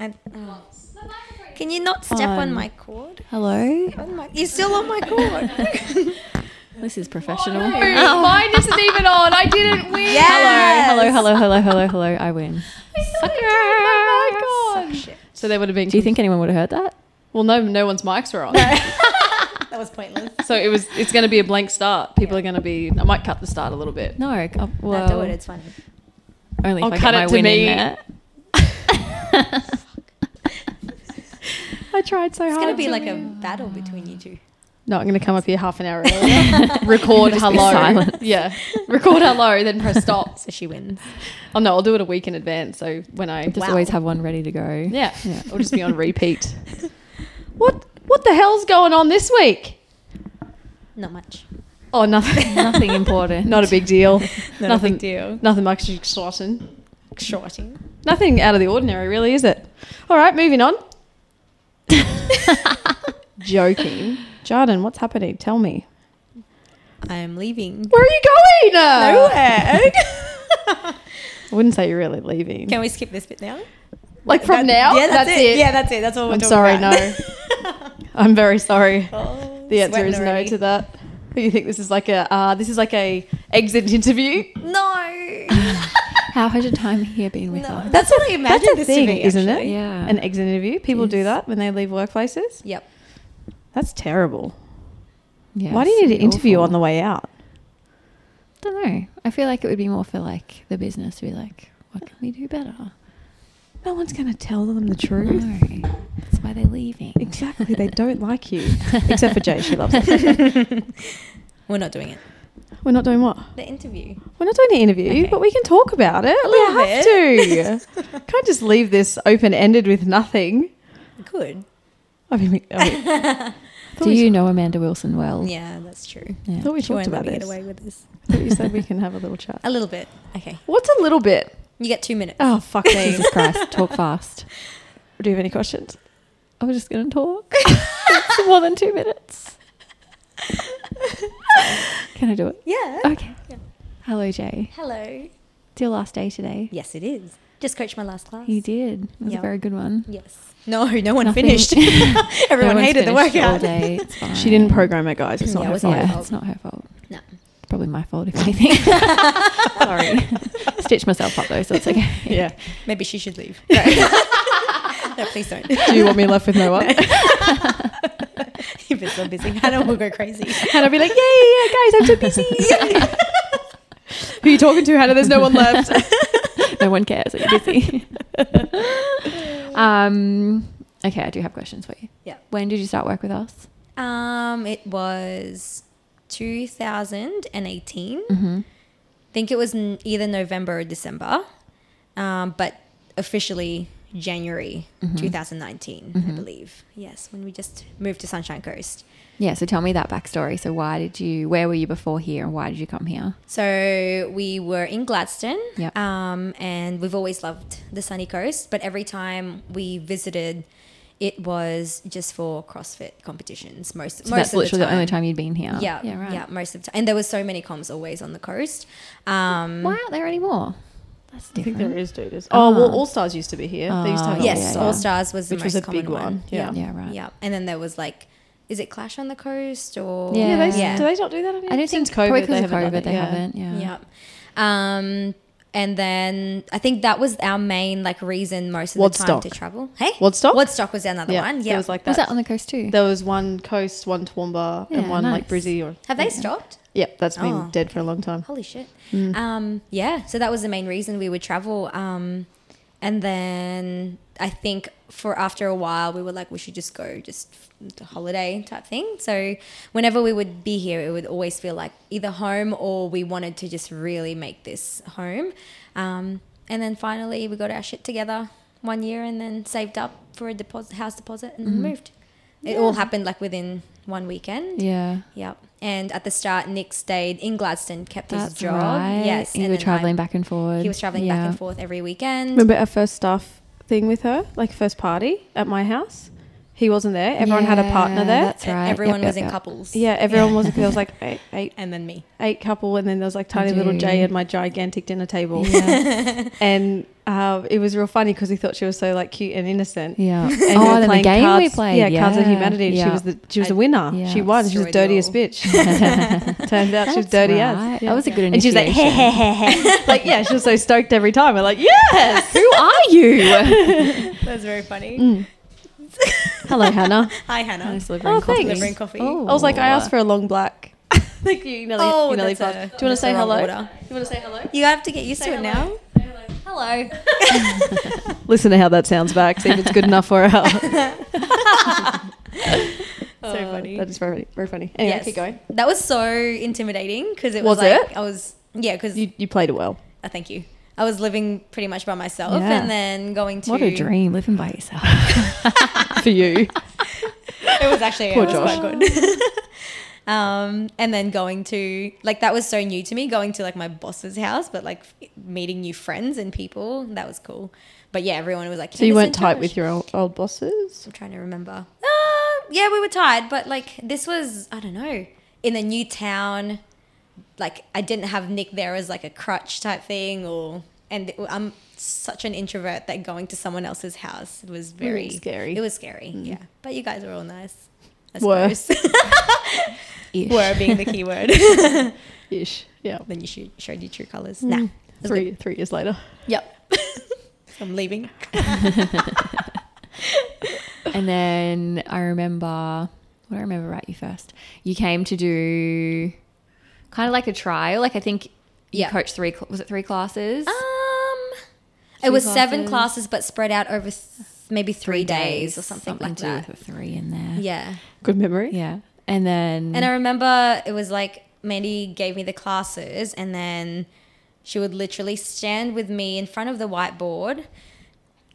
I, oh. Can you not step on my cord? Hello. On my, you're still on my cord. This is professional. Oh. Mine isn't even on. I didn't win. Hello, hello, hello, hello, hello. I win. Oh my god. Shit. So they would have been. Do you think anyone would have heard that? Well, no, no one's mics were on. That was pointless. So it was. It's going to be a blank start. People are going to be. I might cut the start a little bit. No. Oh, well, No, do it. It's funny. only if I'll I cut get my it to win me. in there. I tried so It's hard. gonna be like a battle between you two. No, I'm going to come up here half an hour early. record Just be hello. silent. Yeah. Record hello, then press stop. So she wins. Oh no, I'll do it a week in advance. So when I Just Wow. always have one ready to go. yeah, Yeah. it'll just be on repeat. what What the hell's going on this week? Not much. Oh, nothing. Nothing important. Not a big deal. Not nothing. a big deal. Nothing much exciting. Shorting. Nothing out of the ordinary, really, is it? All right, moving on. Joking. Jarden, what's happening? Tell me. I'm leaving. Where are you going? Uh, Nowhere. I wouldn't say you're really leaving. Can we skip this bit now? like from That- now? Yeah, that's, it. Yeah, that's it. That's all we're I'm talking sorry, about. no. I'm very sorry. Oh, The answer sweating is already. no to that. But you think this is like a uh, this is like a exit interview? No. How has your time here been with no. us? That's what I imagined That's a this thing, to be, isn't it? actually. Yeah. An exit interview. People do that when they leave workplaces. Yep. That's terrible. yeah, Why do you need an interview on the way out? I don't know. I feel like it would be more for like the business to be like, what can we do better? No one's going to tell them the truth. No, that's why they're leaving. Exactly. They don't like you. Except for Jay. She loves it. We're not doing it. We're not doing what? The interview. We're not doing an interview, Okay. but we can talk about Oh, it. we little have to. Can't just leave this open ended with nothing. Good. I mean, we- I mean, I thought Do we- you know Amanda Wilson well? Yeah, that's true. I Yeah. thought we She talked won't about let me this. get away with this. I thought you said we can have a little chat. A little bit. Okay. What's a little bit? You get two minutes. Oh, fuck me. Jesus Christ, talk fast. Do you have any questions? I was just going to talk It's more than two minutes. Can I do it? Yeah. Okay. Yeah. Hello, Jay. Hello. It's your last day today. Yes, it is. Just coached my last class. You did. It was Yeah. a very good one. Yes. No, no one Nothing- finished. Everyone No one's hated the finished workout. All day. It's fine. She didn't program it, guys. It's not Um, Yeah, it her was fault. my Yeah, fault. it's not her fault. No. It's probably my fault, if anything. Sorry. Stitched myself up, though, so it's okay. Yeah. Maybe she should leave. no, please don't. Do you want me left with no one? If it's so busy, Hannah will go crazy. And I'll be like, yeah, yeah, yeah, guys, I'm so busy. Who are you talking to, Hannah? There's no one left. no one cares that you're busy. um, okay, I do have questions for you. Yeah. When did you start work with us? Um, it was 2018. Mm. Mm-hmm. think it was n- either November or December, um, but officially January Mm-hmm. 2019, I believe. Yes, when we just moved to Sunshine Coast. Yeah, so tell me that backstory. So why did you, where were you before here and why did you come here? So we were in Gladstone, Yep. um, and we've always loved the sunny coast. But every time we visited, it was just for CrossFit competitions. Most, most So that's of literally the the, time. only time you'd been here. Yeah, Yeah, right. yeah, most of the time. And there was so many comms always on the coast. Um, Why aren't there any more? That's I think different. there is dudes. Oh, well, Ah. All Stars used to be here. They used to Ah, have yeah, Oh, yes, yeah, yeah. All Stars was the Which most was a big common one. one, yeah. Yeah, right. Yeah, and then there was like, is it Clash on the Coast or Yeah, Yeah, they, yeah, do they not do that anymore? I don't Since think COVID, COVID, because they of haven't done COVID, it, they yeah. haven't. Yeah. yeah. Um, and then I think that was our main like reason most of the time Woodstock. to travel. Hey, Woodstock? Woodstock was another Yeah, one. It Yeah, was like that. Was that on the coast too? there was one Coast, one Toowoomba, and Yeah, one like nice. Brizzy. Or have they stopped? yep, that's been Oh, dead for a long time. Holy shit. Um, yeah, so that was the main reason we would travel. Um, and then I think for after a while, we were like, we should just go just f- to holiday type thing. So whenever we would be here, it would always feel like either home or we wanted to just really make this home. Um, and then finally, we got our shit together one year and then saved up for a deposit, house deposit and then moved. It all happened like within one weekend. yeah. Yep. And at the start, Nick stayed in Gladstone, kept his That's job. right. Yes. You and were then I- traveling back and forward. He was traveling Yeah. back and forth every weekend. Remember our first staff thing with her, like first party at my house? He wasn't there. Everyone had a partner Yeah, there. That's E- right. Everyone Yep, was yep, in yep. couples. Yeah, everyone was. There was like eight, eight, And then me. eight couple, and then there was like tiny little do. Jay and my gigantic dinner table. Yeah. and um, it was real funny because he thought she was so like cute and innocent. Yeah. And we oh, were then the playing game we cards- played. Yeah, Cards of Humanity. Yeah. She was the she was I- the winner. Yeah. She won. She was Destroyed dirty it as all. bitch. Turned out she was That's dirty right. as. That was a good And she was like, initiation. "Hey, hey, hey, hey." like yeah, she was so stoked every time. We're like, yes. Who are you? That's very funny. Mm. Hello, Hannah. Hi, Hannah. Oh, thanks. Delivering coffee. Oh. I was like, I asked for a long black. like you nearly, Oh, you nearly that's a- passed. Do you want to that's say the wrong hello? order. You want to say hello? You have to get used to it now. hello. Listen to how that sounds back. See if it's good enough for her. so funny. That is very, very funny. Anyway, keep going. Oh, That was so intimidating because it Was was, like it? I was yeah because You, you played it well. I thank you. I was living pretty much by myself Yeah. and then going to What a dream, living by yourself. for you. It was actually Poor it was Josh. quite good. um, and then going to like that was so new to me going to like my boss's house, but like meeting new friends and people that was cool. But yeah, everyone was like, So you weren't tight with your old, old bosses? I'm trying to remember. Uh, yeah, we were tired, but like this was I don't know in a new town. Like I didn't have Nick there as like a crutch type thing, or and I'm such an introvert that going to someone else's house was very scary. Mm. It was scary, yeah. But you guys were all nice. I Were. suppose. Ish. were being the key word. Ish. Yeah. then you showed, showed your true colors. Nah, it was Three three years later. good. Hmm. Yep. I'm leaving. And then I remember, what do I remember about you first? You came to do kind of like a trial. Like I think you Yeah. coached three, cl- was it three classes? Ah, Um, Two it was seven classes, classes. but spread out over th- maybe three, days, or something, like to do that. Mm-hmm. with the three in there. Yeah, Good memory. Yeah. And then and I remember it was like Mandy gave me the classes, and then she would literally stand with me in front of the whiteboard,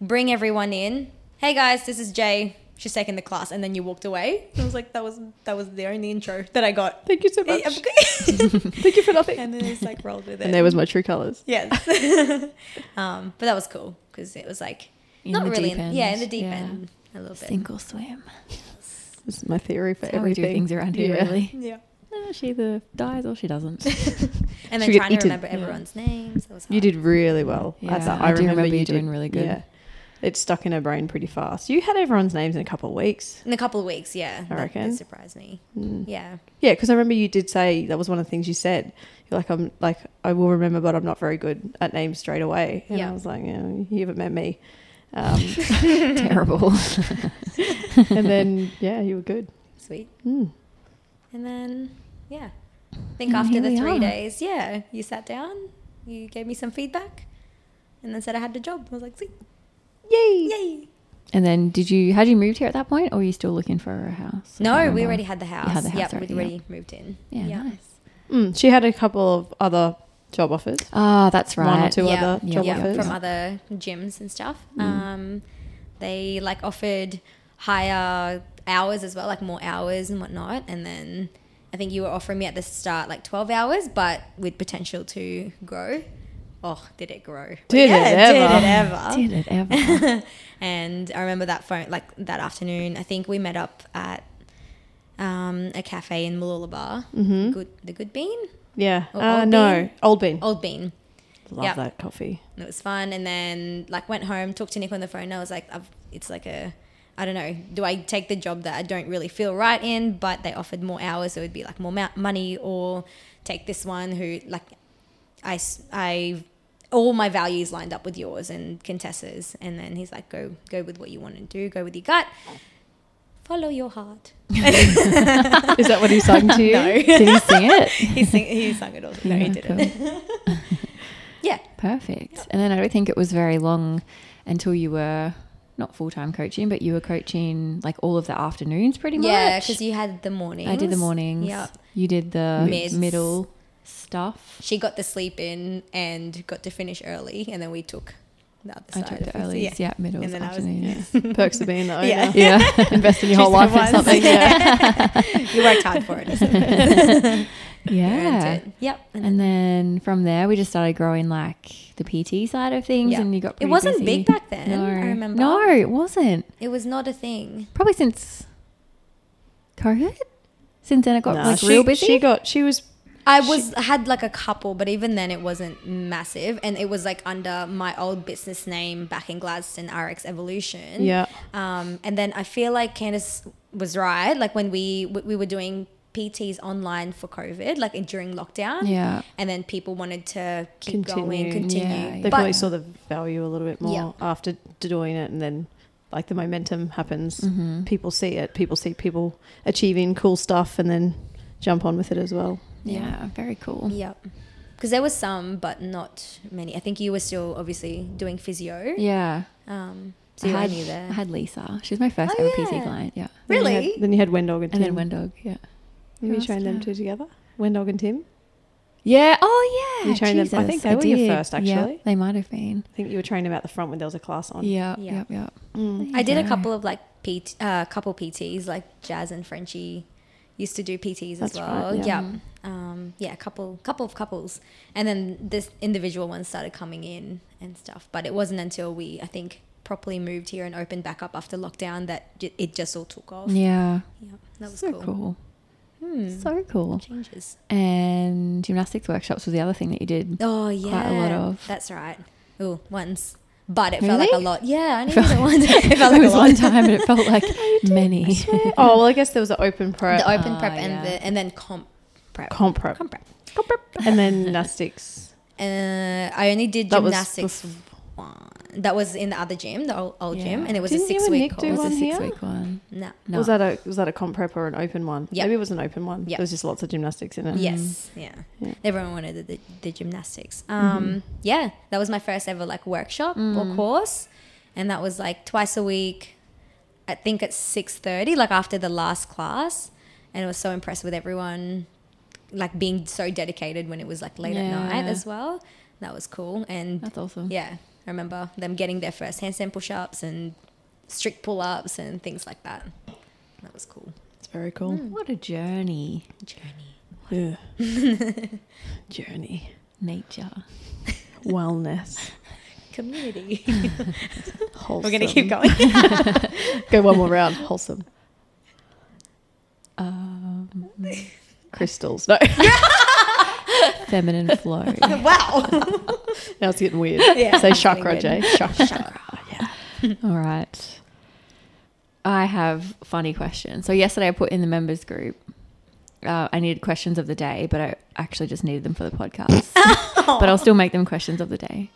bring everyone in. Hey guys, this is Jay. She's taking the class, and then you walked away. I was like, that was that was the only intro that I got. Thank you so much. Thank you for nothing. and then it's like rolled with it. And there was my true colours. Yes. um, but that was cool because it was like In not the really, deep in, yeah, in end, the deep yeah. end a little bit. sink or swim. This is my theory for That's how we everything. do things around here, Yeah. really. Yeah. No, she either dies or she doesn't. And Should then we get trying to eaten? remember Yeah. everyone's names. That was hard. You did really well. Yeah, That's- I do remember you doing really good. It stuck in her brain pretty fast. You had everyone's names in a couple of weeks. in a couple of weeks. Yeah, that- reckon. That surprised me. Yeah. Yeah, because I remember you did say that was one of the things you said. You're like, I'm like, I will remember, but I'm not very good at names straight away. And Yeah. I was like, yeah, you haven't met me. Um, Terrible. and then, yeah, you were good. Sweet. Mm. And then yeah, I think And after here the we three are. days, yeah, you sat down, you gave me some feedback, and then said I had the job. I was like, sweet, Yay! yay! and then did you, had you moved here at that point or were you still looking for a house? I No, can't we remember. already had the house. had the house yep, already, we'd yeah. already moved in. Yeah, nice. Mm, she had a couple of other job offers. Ah, that's right. One or two yeah, other Mm. job yeah, offers. from other gyms and stuff. Um, they like offered higher hours as well, like more hours and whatnot. And then I think you were offering me at the start like twelve hours, but with potential to grow. Oh, did it grow? Did it Did ever. it ever? Did it ever? and I remember that phone like that afternoon. I think we met up at um, a cafe in Mooloolaba. Mm-hmm. Good, the Good Bean, yeah. Oh, uh, Old no, Bean. Old Bean. Old Bean. Love yeah. that coffee. and it was fun. And then like went home, talked to Nick on the phone. And I was like, I've, it's like a, I don't know, do I take the job that I don't really feel right in, but they offered more hours, so it would be like more mou- money, or take this one who like, I, s- I- all my values lined up with yours and Contessa's. And then he's like, go, go with what you want to do, go with your gut, follow your heart. Is that what he sang to you? No. Did he sing it? He sing, he sang it all. No, Yeah, he didn't. Yeah. Perfect. And then I don't think it was very long until you were not full time coaching, but you were coaching like all of the afternoons pretty much. Yeah, because you had the morning. I did the mornings. Yep. You did the Mids. middle stuff. she got the sleep in and got to finish early, and then we took the other I side. took the of it. early, yeah, Yeah. middle And then I was- afternoons. Perks of being the owner. Yeah. Yeah. Invest in your whole life She's the in one. something. Yeah. you worked hard for it. so you Yeah. earned it. Yep. And And then from there, we just started growing like the PT side of things, Yeah. and you got It pretty wasn't busy. big back then, No. I remember. No, it wasn't. it was not a thing. Probably since COVID. Since then, it got Nah, like she, real busy. She got. She was. I was had like a couple, but even then it wasn't massive, and it was like under my old business name back in Gladstone, RX Evolution. Yeah. Um, and then I feel like Candice was right. Like when we we we were doing PTs online for COVID, like in- during lockdown. Yeah. And then people wanted to keep Continue. going, continue. Yeah, They But- probably saw the value a little bit more Yeah. after doing it, and then like the momentum happens. Mhm. People see it. People see people achieving cool stuff, and then jump on with it as well. Yeah, very cool. Yeah. Because there were some, but not many. I think you were still obviously doing physio. Yeah. Um, so I you were had, new there. I had Lisa. She was my first Oh, ever PT yeah. client. Yeah. Then you had- Really? Then you had Wendog and Tim. And then Wendog. Yeah. You Who trained else? them two together. Wendog and Tim. Yeah. Oh, yeah. You trained them- I think they were your did. first, Yeah, actually. they might have been. I think you were training them out the front when there was a class on. Yeah. Yeah. Yeah. Yeah. Mm. I did a Yeah. couple of like PT, uh, couple PTs, like Jazz and Frenchie used to do PTs That's as well. right, yeah. yeah. Mm. Um, yeah, a couple, couple of couples. And then this individual one started coming in and stuff. But it wasn't until we, I think, properly moved here and opened back up after lockdown that j- it just all took off. Yeah, Yeah. that was so cool. cool. Hmm. So cool. Changes. And gymnastics workshops was the other thing that you did. Oh, yeah. a lot of- That's right. Ooh, once. But it felt like a Really? lot. Yeah, I only It felt- did it once. It felt it like a was lot. one time and it felt like many. oh well, I guess there was an open prep, The open Ah, prep and yeah. the and then comp prep. comp prep, Comp prep. Comp prep. and then gymnastics. Uh, I only did That was gymnastics. bef- one. That was in the other gym, the old, old Yeah. gym, and it was a Didn't you and six week Nick do it was course. one a here? six week one. No. No. Was that a was that a comp prep or an open one? Yeah. Maybe it was an open one. Yeah. There was just lots of gymnastics in it. Yes. Yeah. Yeah. Everyone wanted the, the, the gymnastics. Um, Yeah, that was my first ever like workshop or course, and that was like twice a week. I think at six thirty, like after the last class, and I was so impressed with everyone, like being so dedicated when it was like late at night Yeah. as well. That was cool, and That's awesome. Yeah, I remember them getting their first handstand push ups and strict pull ups and things like that. That was cool. It's very cool. What a journey. Journey. Mm. Yeah. Journey. Nature. Wellness. Community. Wholesome. We're going to keep going. Go one more round. Wholesome. Um, Crystals. No. feminine flow. wow. now it's getting weird. Yeah. Say It's getting chakra, weird. Jay. Chakra. Yeah. All right. I have funny questions. So yesterday I put in the members group. Uh, I needed questions of the day, but I actually just needed them for the podcast. but I'll still make them questions of the day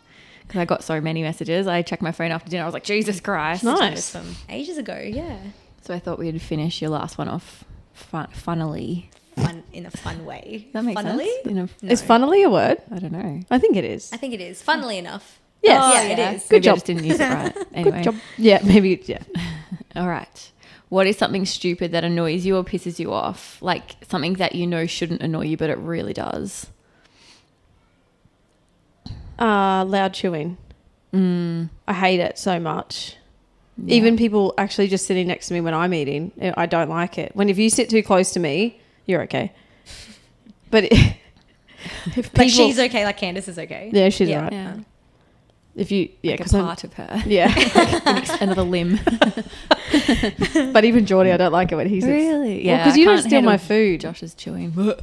because I got so many messages. I checked my phone after dinner. I was like, Jesus Christ! Nice. Ages ago, yeah. So I thought we'd finish your last one off fun- funnily. Fun in a fun way. That makes Funnily? sense. In a, No. Is funnily a word? I don't know. I think it is. I think it is. Funnily enough. Yes. Oh, yeah, it is. Good Maybe I job. just didn't use it right. Anyway. Good job. Yeah, maybe. Yeah. All right. What is something stupid that annoys you or pisses you off? Like something that you know shouldn't annoy you, but it really does. Uh, loud chewing. Mm, I hate it so much. yeah. Even people actually just sitting next to me when I'm eating, eh, I don't like it. When if you sit too close to me, you're okay. But if people, Like she's okay, like Candace is okay. yeah, she's Yeah. alright. yeah, If you yeah, like a 'cause I'm- part of her, yeah. Like another limb. but even Geordie, I don't like it when he sits. really? Yeah, because I you don't can't steal my handle food. Josh is chewing.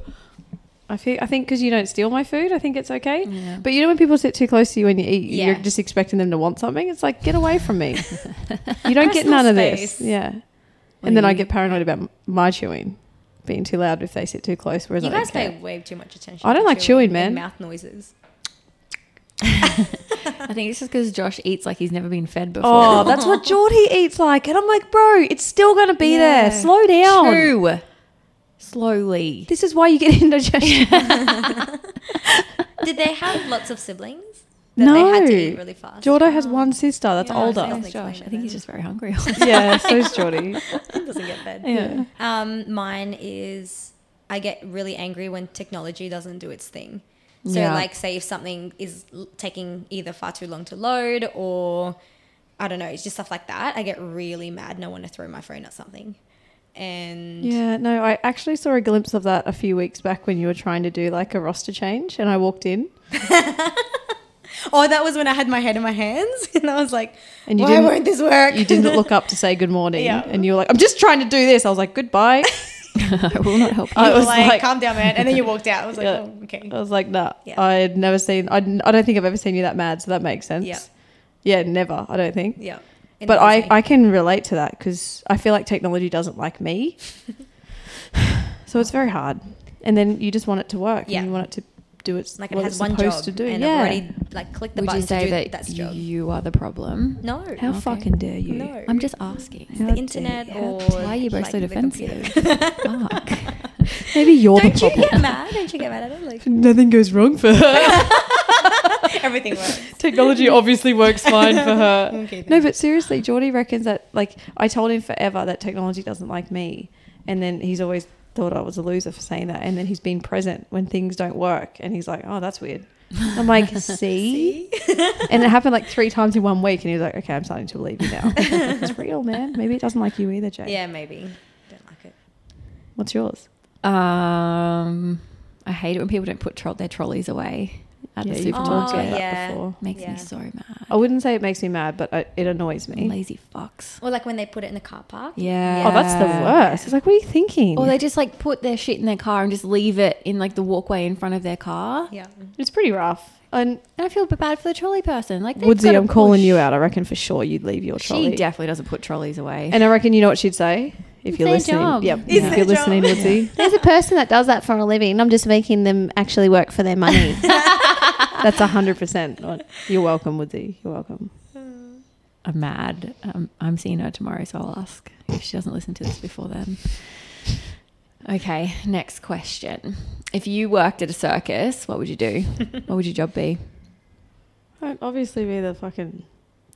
I feel I think because you don't steal my food, I think it's okay. Yeah. But you know when people sit too close to you when you eat, Mm. Yeah. you're just expecting them to want something. It's like get away from me. you don't get Personal none of space. this. Yeah. And then I you- get paranoid about m- my chewing being too loud if they sit too close. Whereas You I guys don't care. pay way too much attention. I don't to like chewing, man. and Mouth noises. I think it's just because Josh eats like he's never been fed before. Oh, that's what Geordie eats like. And I'm like, bro, it's still going to be Yeah. there. Slow down. Chew slowly. This is why you get indigestion. Did they have lots of siblings? That no. they had to eat really fast. Jordo has one sister that's Yeah, older. sounds Thanks, Josh. I think he's just very hungry. yeah, so's Geordie. doesn't get fed. Yeah. Um, mine is I get really angry when technology doesn't do its thing. So, Yeah. like, say if something is l- taking either far too long to load or I don't know, it's just stuff like that. I get really mad and I want to throw my phone at something. And Yeah, no, I actually saw a glimpse of that a few weeks back when you were trying to do like a roster change and I walked in oh, that was when I had my head in my hands and I was like, and you why didn't won't this work? you didn't look up to say good morning Yeah. and you were like, I'm just trying to do this. I was like, Goodbye. I will not help you. I You were was like, like- calm down, man. And then you walked out. I was like, Yeah. Uh, oh, okay. I was like, nah. Yeah. I'd never seen. I'd, I don't think I've ever seen you that mad. So that makes sense. Yeah. Yeah, never. I don't think. Yeah. It but I, annoys me. I can relate to that because I feel like technology doesn't like me. so it's very hard. And then you just want it to work. Yeah. And you want it to do its like what it has it's one supposed job to do. and yeah. I've already like clicked the Would button you say to do that that's job. you are the problem? no. How Okay. fucking dare you? No. I'm just asking. It's the How internet dare you. or Why are you both like, so the computer. Fuck. Maybe you're Don't the you problem. get mad? Don't you get mad at it? Like Nothing goes wrong for her. everything works. technology obviously works fine for her. Okay. No, but seriously, Geordie reckons that, like, I told him forever that technology doesn't like me. And then he's always thought I was a loser for saying that. And then he's been present when things don't work. And he's like, oh, that's weird. I'm like, see? and it happened like three times in one week. And he was like, okay, I'm starting to believe you now. it's real, man. Maybe it doesn't like you either, Jake. Yeah, maybe. Don't like it. What's yours? Um, I hate it when people don't put tro- their trolleys away at Oh, Yeah, the you've talked about supermarket. that yeah. before. Oh, Makes Yeah. me so mad. I wouldn't say it makes me mad, but I, it annoys me. Lazy fucks. Or like when they put it in the car park. Yeah. Oh, that's the worst. It's like, what are you thinking? Or they just like put their shit in their car and just leave it in like the walkway in front of their car. Yeah. it's pretty rough. And And I feel bad for the trolley person. Like they've Woodsy, gotta I'm calling push. you out. I reckon for sure you'd leave your trolley. She definitely doesn't put trolleys away. And I reckon you know what she'd say if It's you're their listening. job. Yep. It's if their you're listening, job. Woodsy. There's a person that does that for a living. I'm just making them actually work for their money. That's hundred percent. You're welcome, Woodsy. You're welcome. I'm mad. Um, I'm seeing her tomorrow, so I'll ask if she doesn't listen to this before then. Okay, next question. If you worked at a circus, what would you do? what would your job be? I'd obviously be the fucking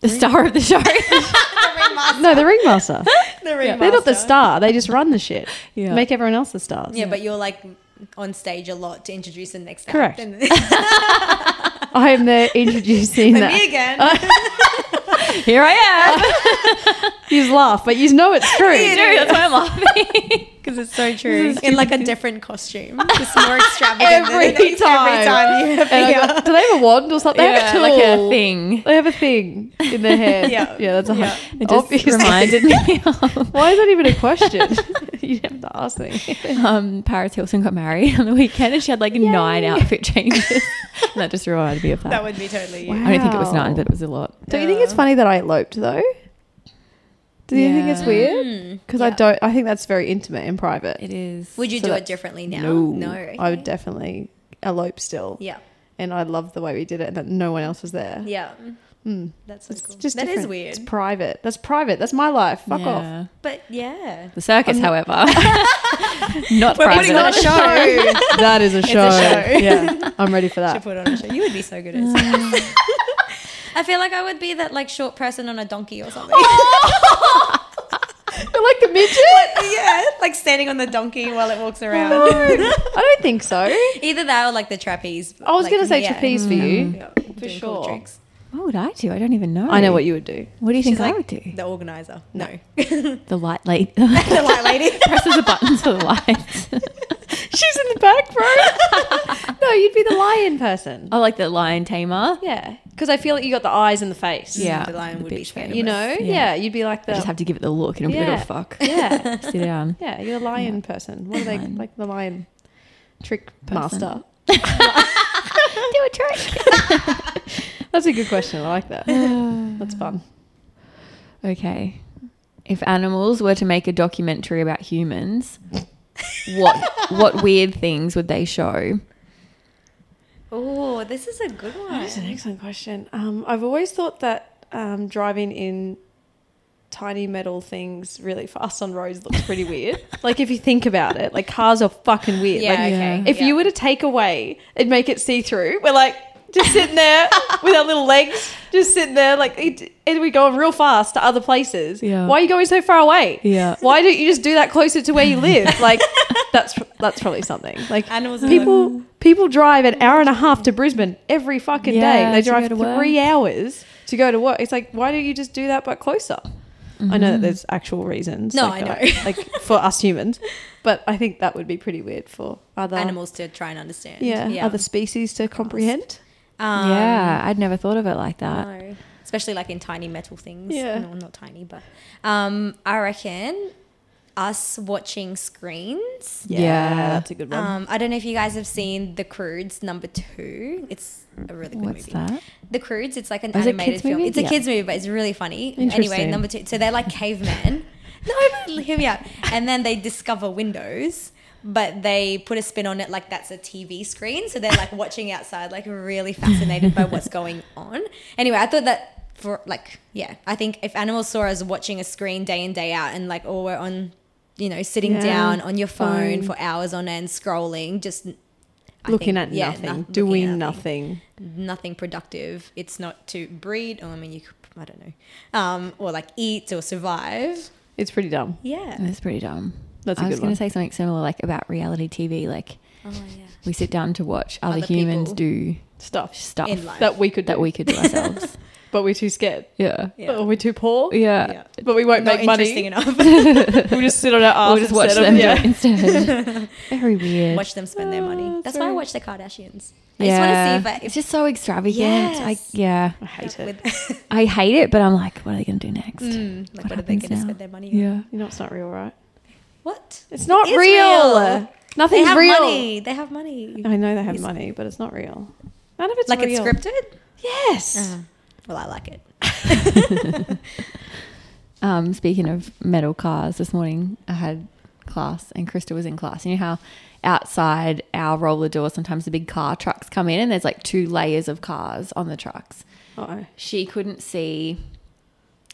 The star of the show. no, the ringmaster. The ring They're not the star. They just run the shit. Yeah. Make everyone else the stars. Yeah, but you're like on stage a lot to introduce the next Correct. act. Correct. I am there introducing And me that. again. Here I am. You laugh, but you know it's true. You do, That's why I'm laughing. Because it's so true. In like a different costume. Just more extravagant. Every than every time. time you And I appear. go, do they have a wand or something? They yeah, have a like a tool. thing. They have a thing in their hair. Yeah. yeah, that's a Yeah. It just Obviously. reminded me of Why is that even a question? you have to ask me. um, Paris Hilton got married on the weekend and she had like nine outfit changes. and that just reminded me of that. That would be totally you. Wow. I don't think it was Wow. nine, but it was a lot. Don't you think it's Yeah. funny that I eloped though? Do you think it's Yeah. weird? Mm, Because I yeah. don't. I think that's very intimate and private. It is. Would you So do it that's- differently now? No, I okay. would definitely elope still, Yeah. and I love the way we did it, and that no one else was there. Yeah. Mm. That's so It's cool. just That is different. weird. It's private. That's private. That's my life. Fuck off. But yeah. The circus, however, not We're putting on a private. show. That is a show. show. yeah, I'm ready for Should that. put on a show. You would be so good at circus. I feel like I would be that like short person on a donkey or something. You're like the midget. yeah, like standing on the donkey while it walks around. No, I don't think so. I Either that or like the trapeze. was Like, gonna say yeah. trapeze for you. Yeah, Mm. For doing sure. cool tricks. What would I do? I don't even know. I know what you would do. What do you She's think I like would do? the organizer. No, The light, light the white lady. presses the buttons for the lights. She's in the back, bro. no, you'd be the lion person. Oh, like the lion tamer. Yeah, because I feel like you got the eyes and the face. Yeah, the lion the would be bitch scared. face. of you us. know. Yeah. you'd be like I the. just have to give it the look and a bit of Yeah. a fuck. yeah, Sit down. yeah, you're a lion person. What are they Lion. like? The lion trick Person. master. Do a trick. That's a good question. I like that. That's fun. Okay. If animals were to make a documentary about humans, what what weird things would they show? Oh, this is a good That's an one. excellent question. Um, I've always thought that um, driving in tiny metal things really fast on roads looks pretty weird. like if you think about it, like cars are fucking weird. Yeah, Like, okay. If yeah. you were to take away and make it see through, we're like just sitting there with our little legs, just sitting there, like, it- and we're going real fast to other places. Yeah. Why are you going so far away? Yeah. Why don't you just do that closer to where you live? Like, that's that's probably something. Like, Animals are people Um, people drive an hour and a half to Brisbane every fucking day. Yeah, They to drive go to work. three hours to go to work. It's like, why don't you just do that but closer? I Mm-hmm. know that there's actual reasons. No, like, I uh, know. like for us humans, but I think that would be pretty weird for other Animals to try and understand. yeah, other species to comprehend. Um, yeah, I'd never thought of it like that. No. Especially like in tiny metal things. Yeah. No, not tiny, but um, I reckon us watching screens. Yeah. Yeah. that's a good one. Um, I don't know if you guys have seen The Crudes number two. It's a really good What's movie. that? The Crudes, it's like an Oh, is it animated kids' film. movie? It's a Yeah. kids movie, but it's really funny. Anyway, Interesting. number two. So they're like cavemen. no, but hear me out. And then they discover windows, but they put a spin on it like that's a TV screen. So they're like watching outside, like really fascinated by what's going on. Anyway, I thought that for like, yeah, I think if animals saw us watching a screen day in, day out, and like, oh, we're on, you know, sitting Yeah, down on your phone, phone. for hours on end, scrolling, just I looking think- at yeah, nothing, no- looking doing at nothing. nothing productive. It's not to breed, or I mean, you could, I don't know, um, or like eat or survive. It's pretty dumb. Yeah. That's pretty dumb. That's a I was good gonna one. say something similar, like about reality TV. Like Oh yeah. we sit down to watch other, Other humans people. do Stuff stuff In life. that we could that do, we could do ourselves. but we're too scared. yeah. Yeah. Or we're too poor. Yeah. Yeah. But we Oh, won't Not make interesting money. enough. We'll just sit on our ass. We'll just watch instead them of- do yeah. it instead. Very weird. watch them spend their money. Oh, That's why I sorry. watch the Kardashians. I just want to see if I. If it's just so extravagant. I, Yes. yeah, I hate it. With, I hate it, but I'm like, what are they going to do next? Mm, like, What what, are they happens going to now? spend their money on? Yeah, You know, it's not real, right? What? It's not It's real. real. They Nothing's have real. money. They have money. I know they have It's- money, but it's not real. None of it's like real. Uh-huh. it's scripted? Yes. Well, I like it. Um, speaking of metal cars, this morning I had class and Krista was in class. You know how outside our roller door, sometimes the big car trucks come in and there's like two layers of cars on the trucks. Uh-oh. She couldn't see.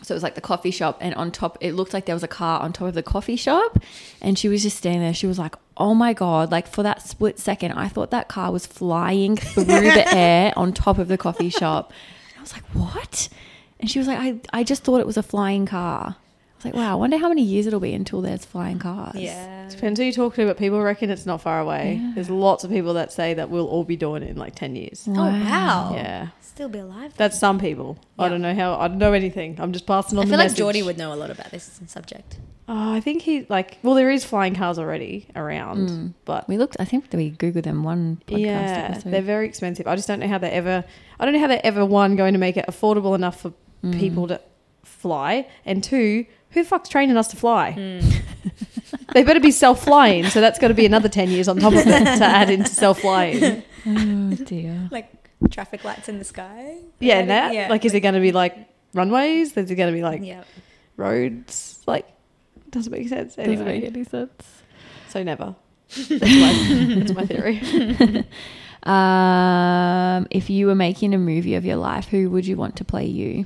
So it was like the coffee shop, and on top, it looked like there was a car on top of the coffee shop. And she was just standing there. She was like, Oh my God. Like for that split second, I thought that car was flying through the air on top of the coffee shop. And I was like, What? And she was like, I, I just thought it was a flying car. I was like, Wow, I wonder how many years it'll be until there's flying cars. Yeah. Depends who you talk to, but people reckon it's not far away. Yeah. There's lots of people that say that we'll all be doing it in like 10 years. Oh, wow. Yeah. Still be alive. That's some people. I Yeah. don't know how. I don't know anything. I'm just passing on I the feel like message. Geordie would know a lot about this subject. Oh, I think he like. Well, there is flying cars already around, Mm. but We looked, I think we Googled them one podcast yeah, episode. they're very expensive. I just don't know how they ever. I don't know how they're ever one going to make it affordable enough for Mm. people to fly, and two, who the fuck's training us to fly? Hmm. They better be self-flying. So that's got to be another ten years on top of that to add into self-flying. Oh, dear. like traffic lights in the sky. Yeah, and that like, is it going to be like runways? Is it going to be like yeah. roads? Like, doesn't make sense. Anyway. Doesn't make any sense. So never. That's my, that's my theory. Um, if you were making a movie of your life, who would you want to play you?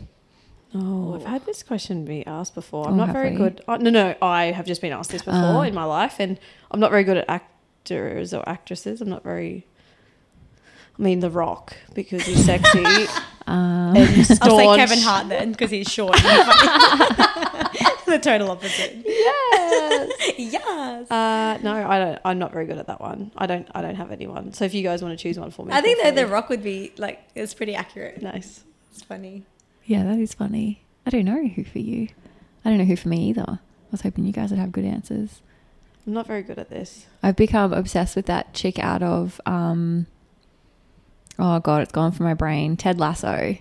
Oh, I've had this question be asked before. Oh, I'm not have very we? good. Oh, no, no, I have just been asked this before Ah. in my life, and I'm not very good at actors or actresses. I'm not very. I mean, The Rock because he's sexy Um, and staunch. I'll say Kevin Hart then because he's short. and funny. the total opposite. Yes. Yes. Uh, no, I don't. I'm not very good at that one. I don't. I don't have anyone. So if you guys want to choose one for me, I think feel though The free. Rock would be like it's pretty accurate. Nice. It's funny. yeah, that is funny. I don't know who for you. I don't know who for me either. I was hoping you guys would have good answers. I'm not very good at this. I've become obsessed with that chick out of um oh god, it's gone from my brain. Ted Lasso.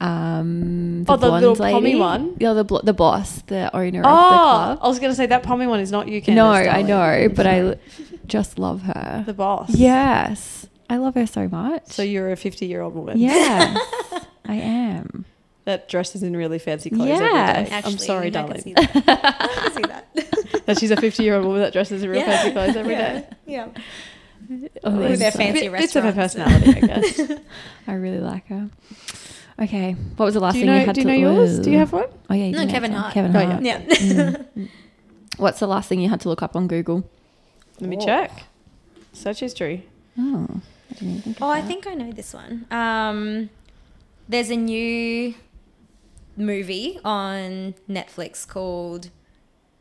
Um, Oh, the little blonde pommy lady. one? Yeah, the blo- the boss, the owner of the oh, club. I was gonna say that pommy one is not you. Candice, no, I darling. know, but I Sorry. l- just love her. the boss. Yes, I love her so much. So you're a 50 year old woman Yes, I am. that dresses in really fancy clothes every Yes. day. I'm sorry, yeah, I can see darling. that. I can see that. That she's a 50 year old woman that dresses in real Yeah. fancy clothes every yeah. day. Yeah. Oh, With their so- fancy Bit- Bits of her restaurants. personality, I guess. do I really like her. Okay, what was the last you thing you know, had do you to know yours? Do you Ooh. have one? Oh yeah, you No, can Kevin answer. Hart. Kevin Oh, Hart. Yeah. Mm. What's the last thing you had to look up on Google? Let me Oh. check. Search history. Oh, I didn't even think. of Oh, I that. think I know this one. Um, there's a new movie on Netflix called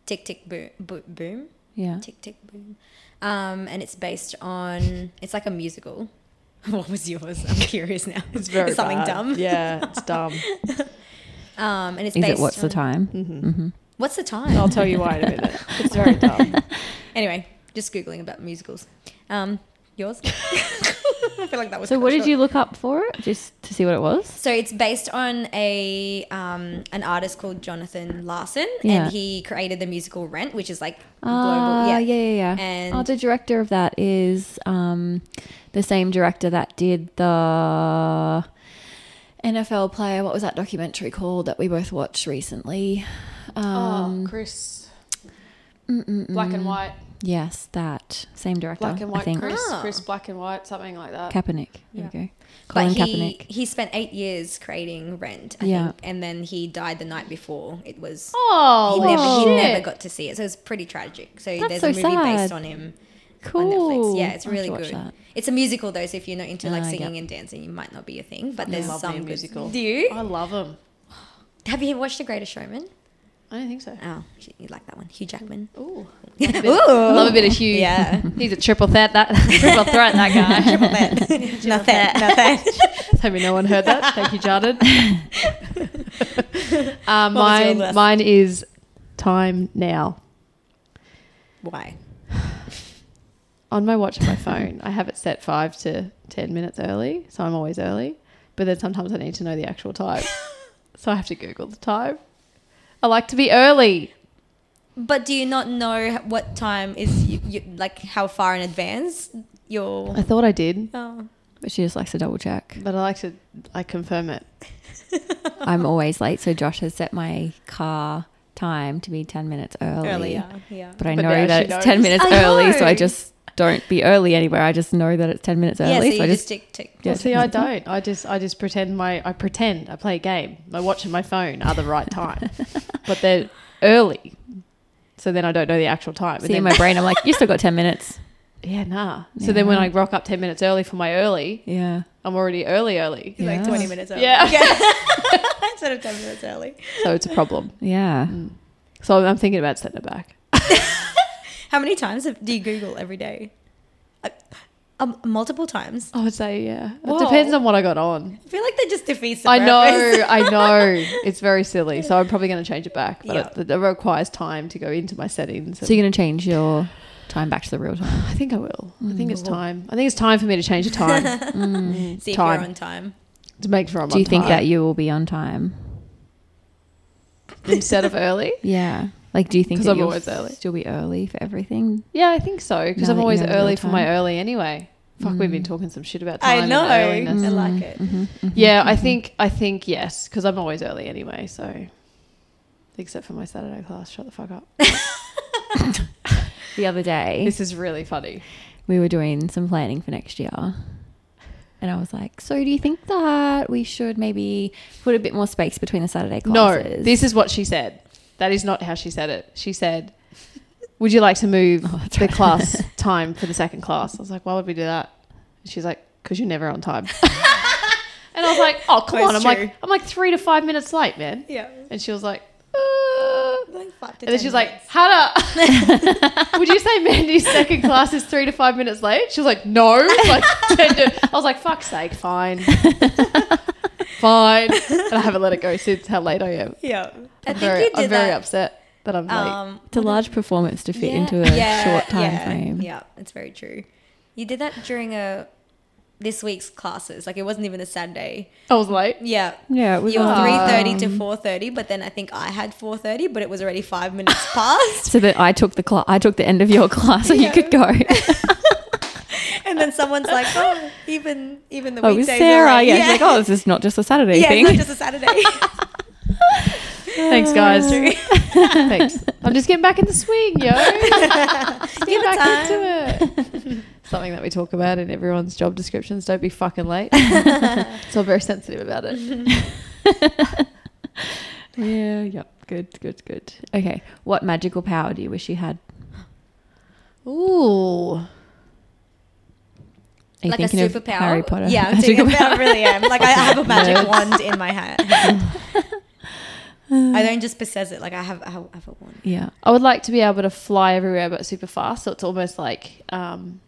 Tick Tick Boom. Bo- boom? Yeah. Tick Tick Boom. Um, and it's based on, it's like a musical. What was yours? I'm curious now. It's very It's something bad. dumb. Yeah, it's dumb. Um, and it's Is based it what's on, the time? Mhm. Mm-hmm. What's the time? I'll tell you why in a minute. It's very dumb. Anyway, just Googling about musicals. Um, yours? I feel like that was So, what cut did short. you look up for it just to see what it was? So it's based on a um, an artist called Jonathan Larson, Yeah. and he created the musical Rent, which is like global. Ah, Yeah, yeah, yeah, yeah. And oh, the director of that is um, the same director that did the NFL player. What was that documentary called that we both watched recently? Um, oh, Chris. mm, mm, mm. Black and white. Yes, that same director. Black and I white think. Chris. Ah. Chris Black and white, something like that. Kaepernick. There we go. Colin but he Kaepernick. he spent eight years creating Rent. I Yeah. think, and then he died the night before. It was oh, he, never, he shit. never got to see it, so it's pretty tragic. So there's That's a so movie sad. based on him. Cool. on Netflix. Yeah, it's I'll have really to watch good. that. It's a musical though, so if you're not into like Ah, yeah. singing and dancing, it might not be your thing. But I there's love me a some good- musical. Do you? I love him. Have you watched The Greatest Showman? I don't think so. Oh, shit, you like that one, Hugh Jackman. Ooh. Ooh. Love a bit of Hugh. Yeah. He's a triple threat. That triple threat. That guy. triple threat. not that. Not that. Hope no one heard that. Thank you, Jordan. uh, What was your mine, last- mine is time now. Why? On my watch on my phone, I have it set five to ten minutes early, so I'm always early. But then sometimes I need to know the actual time, so I have to Google the time. I like to be early. But do you not know what time is you, you, like how far in advance your I thought I did, oh. But she just likes to double check. but I like to I confirm it. I'm always late, so Josh has set my car time to be 10 minutes early. yeah. But I But know now that she it's knows. 10 minutes I early, so I know. just don't be early anywhere. I just know that it's 10 minutes early, yeah, so so, you I just just. tick tick. Yeah. Well, see, I don't. I just I just pretend my I pretend I play a game. My watch and my phone are the right time, but they're early, so then I don't know the actual time. And See, in then- my brain, I'm like, you still got 10 minutes. yeah, nah. So then when Yeah. I rock up ten minutes early for my early, Yeah. I'm already early early. He's like Yeah. 20 minutes early. Yeah. Instead of ten minutes early. So it's a problem. Yeah. Mm. So I'm thinking about setting it back. How many times have- do you Google every day? Uh, um, multiple times. I would say yeah. Whoa. It depends on what I got on. I feel like that just defeats. The I know, purpose. I know. It's very silly. So I'm probably going to change it back, but Yeah. it, it requires time to go into my settings. So you're going to change your time back to the real time. I think I will. I think it's Cool. time. I think it's time for me to change the time See if Time. you're on time. to make sure I'm. Do you on Mm. think that time you will be on time? instead of early? Yeah. Like, do you think 'Cause that I'm you'll always early. still be early for everything? Yeah, I think so because Now I'm that always you're on early your for my time. Hmm. early anyway. Fuck, we've been talking some shit about time. I and know. earliness. I Mm. like it. Mm-hmm, Yeah, I think I think yes because I'm always early anyway. So except for my Saturday class, shut the fuck up. The other day, This is really funny. we were doing some planning for next year. And I was like, so do you think that we should maybe put a bit more space between the Saturday classes? No, this is what she said. That is not how she said it. She said, "Would you like to move Oh, the class time for the second class?" I was like, "Why would we do that?" And she's like, "Cause you're never on time." and I was like, "Oh come That's on!" I'm true. like, "I'm like three to five minutes late, man." Yeah. And she was like, uh. Like five to and then 10 she's minutes. like, Hannah, would you say Mandy's second class is three to five minutes late? She was like, no. Like, 10 to- I was like, fuck's sake, fine. fine. And I haven't let it go since how late I am. Yeah. I I'm think very, you did I'm very that. upset that I'm late. Um, It's a large performance to fit into a short time yeah, frame. Yeah, it's very true. You did that during a this week's classes. Like it wasn't even a Saturday. I was late. Yeah. Yeah, it was You were on- three thirty to four thirty, but then I think I had four thirty, but it was already five minutes past. So that I took the cla I took the end of your class, so you Yeah. could go. And then someone's like, "Oh, even even the oh, it was weekdays." are Sarah. like- Yeah, she's like, oh, this is not just a Saturday yeah, thing. it's not just a Saturday. Thanks, guys. Thanks. I'm just getting back in the swing, yo. Just Get Give it back time. into it. Something that we talk about in everyone's job descriptions. Don't be fucking late. so I'm very sensitive about it. yeah, yeah. Good, good, good. Okay, what magical power do you wish you had? Ooh. Are you like a thinking of superpower. Harry Potter. Yeah, I'm Magical thinking about- I power. really am. Like I I have a magic wand in my hand. I don't just possess it. Like I have, I have I have a wand. Yeah. I would like to be able to fly everywhere but super fast. So it's almost like um,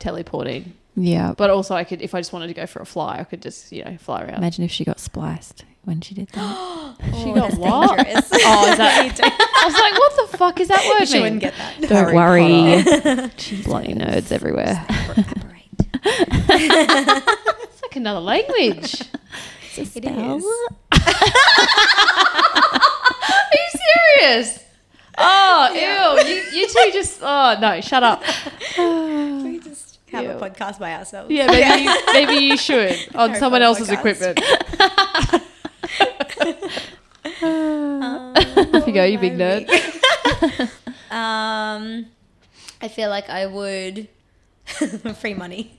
teleporting. Yeah. But uh, also, I could, if I just wanted to go for a fly, I could just, you know, fly around. Imagine if she got spliced when she did that. She Oh, got that's what? dangerous. Oh, is that- You don't- I was like, what the fuck is that word she mean? wouldn't get that. Don't Harry worry. Bloody nerds everywhere. Apparate. It's like another language. It is. Are you serious? Oh, ew. You, you two just, oh, no, shut up. We just have Yeah. a podcast by ourselves. Yeah, maybe, you- maybe you should on Sorry, someone podcast. else's equipment. Off you go, you big nerd. um, I feel like I would free money.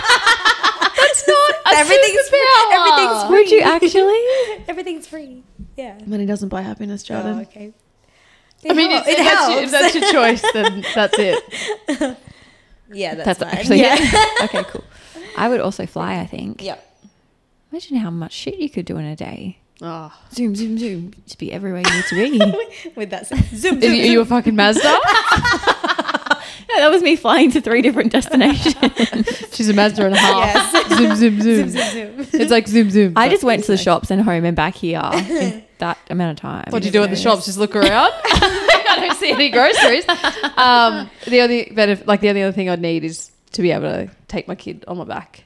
That's not everything's free. Everything's free. Would you actually? Everything's free. Yeah. Money doesn't buy happiness, Oh, Jordan. okay. I mean, it's, it if, that's your, if that's your helps. choice, then that's it. yeah, that's, That's, mine. actually yeah. okay, cool. I would also fly. I think. Yep. Imagine how much shit you could do in a day. Oh. Zoom, zoom, zoom. Just be everywhere you need to be. yeah, With that said, zoom, Are zoom, you, are you a fucking Mazda? that was me flying to three different destinations. She's a Mazda and a half. Yes. Zoom, zoom, zoom. zoom, zoom, zoom. It's like zoom, zoom. I just went to the shops and home and back here in that amount of time. What do you do in the Yes. shops? Just look around. I don't see any groceries. Um, the only benefit, like the only other thing I'd need is to be able to take my kid on my back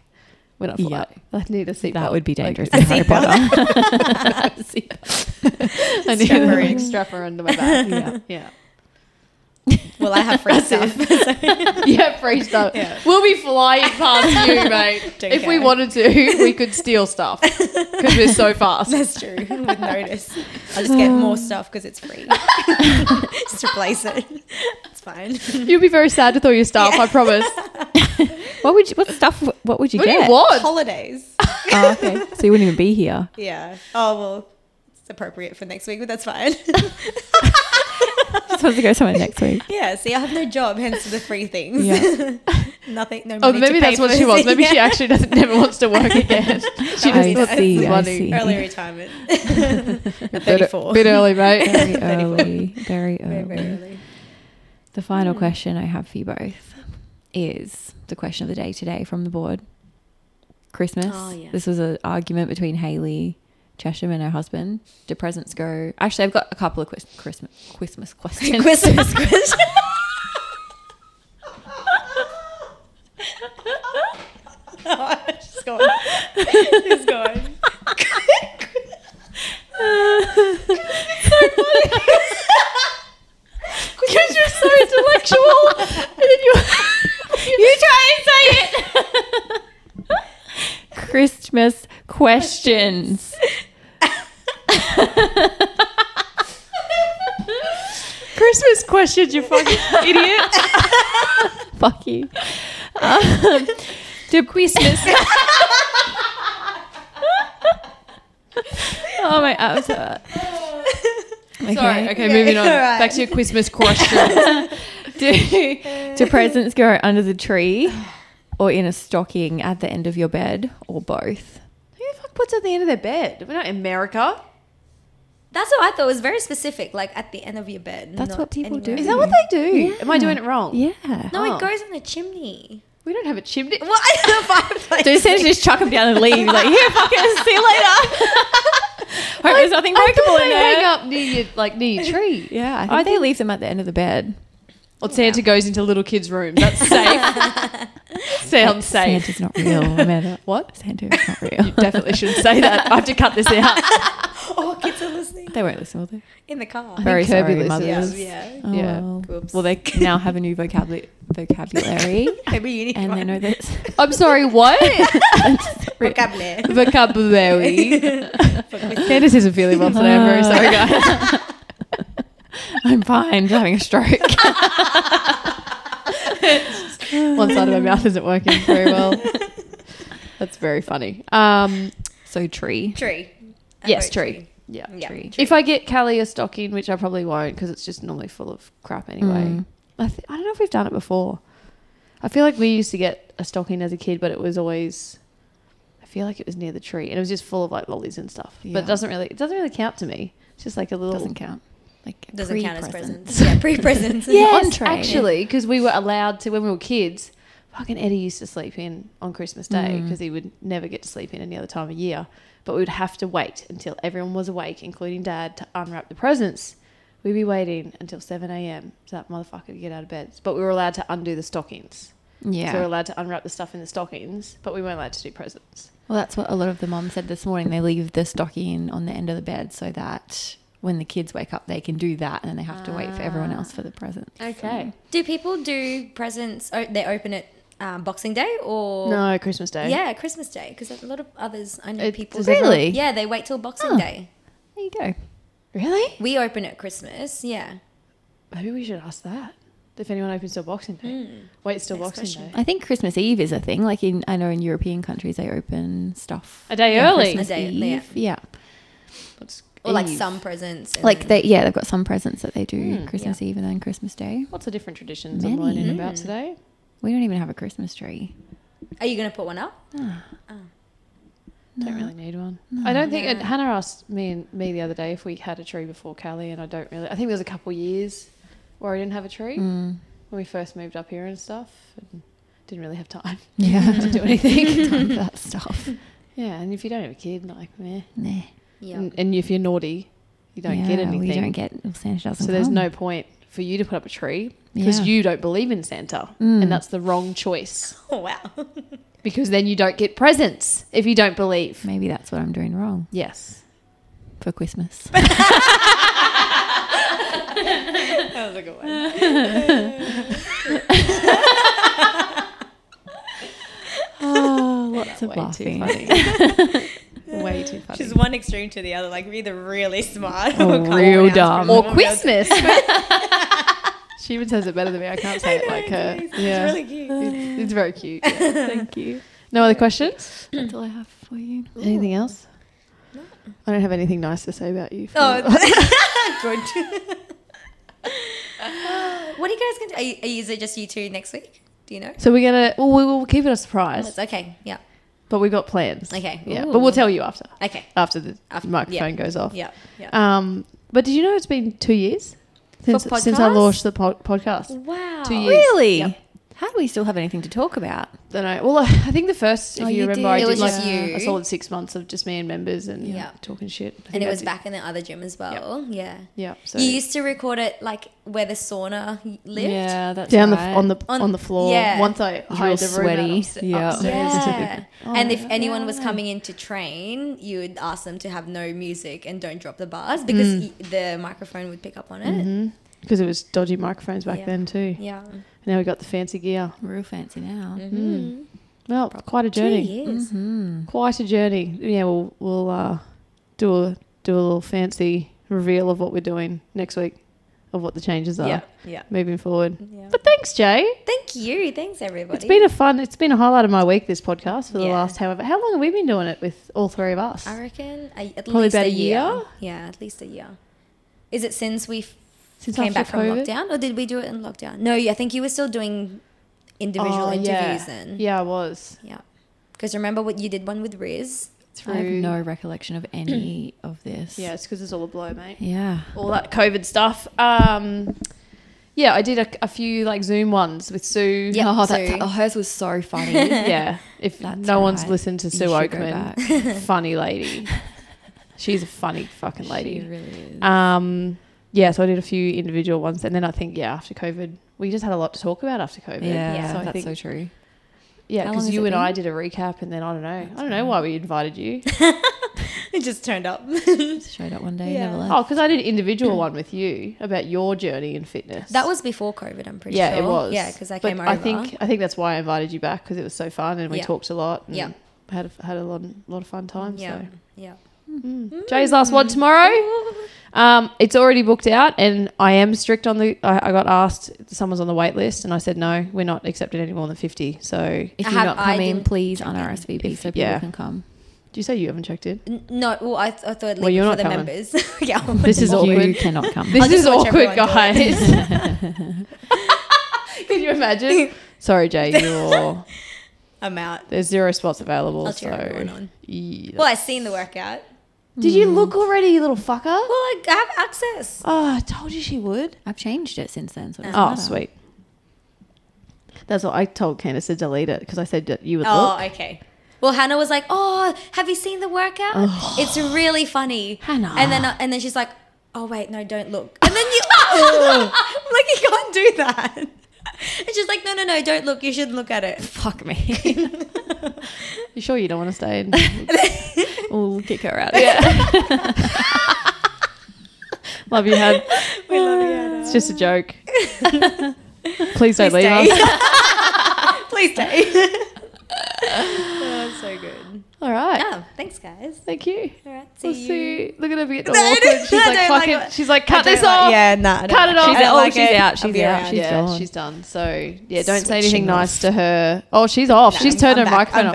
when I fly. I need a seatbelt. That would be dangerous Like, in Harry Potter. I need Strap her a in. like, strap her under my back. Yeah, yeah, Well, I have free stuff. yeah. Free stuff. Yeah. We'll be flying past you, mate. Don't if we care. wanted to, we could steal stuff because we're so fast. That's true. With notice, I'll just get more stuff because it's free. just replace it. It's fine. You'll be very sad with all your stuff. I promise. what would you, what stuff? What would you What do get? you want? Holidays. Oh, okay. So you wouldn't even be here. Yeah. Oh well, it's appropriate for next week, but that's fine. Just supposed to go somewhere next week. yeah. See, I have no job, hence the free things. Yeah. Nothing. No Oh, money. maybe to pay that's what for she it. wants. Maybe she Yeah. actually doesn't never wants to work again. she I just wants see, the I money. see. Early retirement. At Bit, 34. bit early, mate. Very early. Very Very, very Mm. early. early. The final question I have for you both is the question of the day today from the board. Christmas. Oh, yeah. This was an argument between Haley Chesham and her husband. Do presents go? Actually, I've got a couple of Christ- Christmas Christmas questions. Christmas question. She's going. She's going. Because you're so intellectual. and then you you try and say it. Christmas questions. Christmas questions, you fucking idiot. Fuck you. Um, do Christmas. oh my abs hurt. Okay. Sorry. Okay, Yeah, moving on. it's all right. Back to your Christmas question. Do, do presents go under the tree or in a stocking at the end of your bed or both? Who the fuck puts at the end of their bed? We're not in America. That's what I thought. It was very specific, like at the end of your bed. That's not what people do. anywhere. Is that what they do? Am I doing it wrong? Yeah. No, Oh. it goes in the chimney. We don't have a chimney. What? the fireplace. Do you say just chuck them down and leave? Like, here, fuckers, see you later. Hope there's nothing I thought breakable in they hang there. up near your like near your tree. Yeah, I think they leave them at the end of the bed. Or Santa goes into little kids' room. That's safe. Sounds safe. Santa's not real, Amanda. What? Santa's not real. You definitely shouldn't say that. I have to cut this out. Oh, kids are listening They won't listen, will they? in the car. Very Kirby listens. sorry, mothers. Yeah. Oh, Yeah. Well. Whoops. Well, they now have a new vocabulary, vocabulary Maybe you need and one. they know this. I'm sorry, what? vocabulary. Vocabulary. For Christmas. Candace isn't feeling well today. I'm very sorry, guys. I'm fine, just having a stroke. One side of my mouth isn't working very well. That's very funny. Um, So tree. tree. I yes, vote tree. Yeah. Yeah. Tree. If I get Callie a stocking, which I probably won't because it's just normally full of crap anyway. Mm. I, th- I don't know if we've done it before. I feel like we used to get a stocking as a kid, but it was always. I feel like it was near the tree, and it was just full of like lollies and stuff. But Yeah. it doesn't really it doesn't really count to me. It's just like a little Doesn't count. Like a Doesn't count as pre-present. presents. Yeah, pre presents. Yes, entree. actually, because we were allowed to when we were kids. Fucking Eddie used to sleep in on Christmas Day Mm. because he would never get to sleep in any other time of year. But we would have to wait until everyone was awake, including Dad, to unwrap the presents. We'd be waiting until seven a.m. so that motherfucker could get out of bed. But we were allowed to undo the stockings. Yeah. So we were allowed to unwrap the stuff in the stockings, but we weren't allowed to do presents. Well, that's what a lot of the moms said this morning. They leave the stocking on the end of the bed so that when the kids wake up, they can do that and then they have to wait for everyone else for the Ah. present. Okay. Do people do presents? Oh, they open it um, Boxing Day or No, Christmas Day. Yeah, Christmas Day because a lot of others I know It- people does do. Really? Yeah, they wait till Boxing Oh. Day. There you go. Really? We open at Christmas. Yeah. Maybe we should ask that. If anyone opens till Boxing Mm. Day. Wait, still Next Boxing question. Day. I think Christmas Eve is a thing. Like in, I know in European countries they open stuff A day on early. Christmas A day, yeah. Eve. Yeah, What's, Or like Eve. some presents. and like then- they yeah they've got some presents that they do Hmm, Mm, Christmas Eve and then Christmas Day. Lots of different traditions Many. I'm learning about Mm. today. We don't even have a Christmas tree. Are you going to put one up? Ah, Oh. Don't no. really need one. I don't think. And No. Hannah asked me and me the other day if we had a tree before Callie, and I don't really. I think there was a couple years where I didn't have a tree Mm, when we first moved up here and stuff, and didn't really have time yeah, to do anything. Time for that stuff. yeah, and if you don't have a kid, like meh. Nah. Yeah. And, and if you're naughty, you don't get Yeah, anything. We don't get well, Santa doesn't. so there's come. no point for you to put up a tree because Yeah. you don't believe in Santa, Mm. and that's the wrong choice Oh wow. because then you don't get presents if you don't believe. Maybe that's what I'm doing wrong Yes. for Christmas. that was a good one. oh, lots of Way too laughing. funny. Way too funny. Oh, She's one extreme to the other, like either really smart Or can't real pronounce dumb. Christmas. or Christmas. she even says it better than me. I can't say it like her. yeah, It's really cute. It's- it's very cute. yeah. Thank you. No other questions? That's all I have for you. Anything else? I don't have anything nice to say about you. Oh, good. what are you guys going to? Are you, is it just you two next week? Do you know? so we're gonna. Well, we will keep it a surprise, It's okay. Yeah. but we've got plans. Okay. Yeah, but we'll Ooh. tell you after Okay. after the After- microphone goes off. Yeah. Yeah. Oh. Um, but did you know it's been two years For since since I podcasts? launched the po- podcast? wow. two years. Really? Yep. How do we still have anything to talk about? Then I well, I I think the first, if Oh, you, you remember, I did. did It was like just you. a solid six months of just me and members and Yeah. talking shit. I think And it I was did- back in the other gym as well. Yeah. Yeah, so You used to record it like where the sauna lived. Yeah, that's down right. the on the On- on, the floor. yeah. Once I Real hired the room sweaty. out upsta- Yeah. upstairs to the- Yeah. Oh and my if God. anyone was coming in to train, you would ask them to have no music and don't drop the bars because Mm. y- the microphone would pick up on Mm-hmm. it. because it was dodgy microphones back Yeah. then too. Yeah. Now we got the fancy gear. real fancy now. Mm. Mm-hmm. Well, quite a Two Uh-huh. journey. Mm-hmm. years. Mm-hmm. Quite a journey. Yeah, we'll we'll uh, do a do a little fancy reveal of what we're doing next week, of what the changes are Yeah. Yeah. moving forward. Yeah. But thanks, Jay. Thank you. Thanks, everybody. It's been a fun. It's been a highlight of my week. This podcast for the Yeah. last however. How long have we been doing it with all three of us? I reckon a, at Probably least about a a year. year? Yeah, at least a year. Is it since we f- Since came after back from COVID? lockdown, or did we do it in lockdown? No, I think you were still doing individual Oh, interviews yeah. then. Yeah, I was. Yeah. Because remember what you did one with Riz? Through. I have no recollection of any of this. Yeah, it's because it's all a blow, mate. Yeah. All that COVID stuff. Um, yeah, I did a, a few like Zoom ones with Sue. Yeah, oh, so- that, oh, hers was so funny. yeah. If That's no one's right. listened to You Sue should go Oakman, back. funny lady. She's a funny fucking lady. She really is. Um, yeah, so I did a few individual ones, and then I think yeah, after COVID, we just had a lot to talk about after COVID. yeah, yeah, so I think that's so true. yeah, How long because has you it and been? I did a recap, and then I don't know, I don't know why we invited you. It just turned up. Just showed up one day, Yeah. never left. oh, because I did an individual one with you about your journey in fitness. that was before COVID, I'm pretty yeah, sure. it was. Yeah, because I But came over. I think I think that's why I invited you back because it was so fun and we Yeah. talked a lot. And Yeah. had a, had a lot lot of fun time. Yeah. So. Yeah. Mm. Jay's last one tomorrow. Um, it's already booked out, and I am strict on the. I, I got asked if someone's on the wait list, and I said no, we're not accepting any more than fifty. So If I you're have- not I coming, didn't please on RSVP so people yeah. can come. do you say you haven't checked in? N- No, well, I, th- I thought I'd leave Well, you're not it for the coming. members. yeah. This is you awkward. cannot come. This just is watch awkward, everyone do guys. Can you imagine? Sorry, Jay, you're I'm out. there's zero spots available. I'll so cheer everyone on. Yeah. Well, I've seen the workout. did you look already, you little fucker? Well, I I have access. Oh, I told you she would. I've changed it since then. So it doesn't Oh, matter. sweet. That's what I told Candice to delete it because I said that you would look. Oh, okay. Well, Hannah was like, "Oh, have you seen the workout? It's really funny." Hannah. And then uh, and then she's like, "Oh wait, no, don't look." And then you I'm like you can't do that. And she's like, no, no, no, don't look. You shouldn't look at it. Fuck me. You sure you don't want to stay? In- we'll kick her out. yeah. Love you, Had. We love you. Hannah. It's just a joke. Please don't Please leave us. stay. Please stay. oh, so good. All right. Yeah, thanks, guys. Thank you. All right, see We'll you. see. Look at her getting all No, awkward. She's I like, don't like fucking, it. she's like, I cut don't this like- off. Yeah, nah. I don't Cut it like off. I don't Oh, like she's it. out, she's I'll be out, around. she's yeah, gone. she's done. So yeah, don't say Switching anything off. nice to her. Oh, she's off. No, she's turned I'm her back, microphone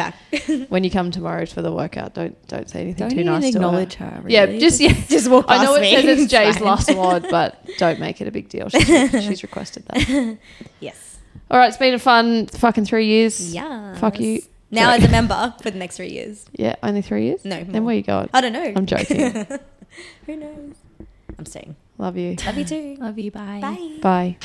I'm off. when you come tomorrow for the workout, don't don't say anything Don't too even nice to her. acknowledge her. really. Yeah, just yeah, Just walk I know past it me. says it's It's Jay's fine. last word, but don't make it a big deal. She's, she's requested that. Yes. All right, it's been a fun fucking three years. Yeah. Fuck you. Now Sorry. as a member for the next three years. Yeah, only three years. No. Then more. where you going? I don't know. I'm joking. Who knows? I'm staying. Love you. Love you too. Love you. Bye. Bye. Bye.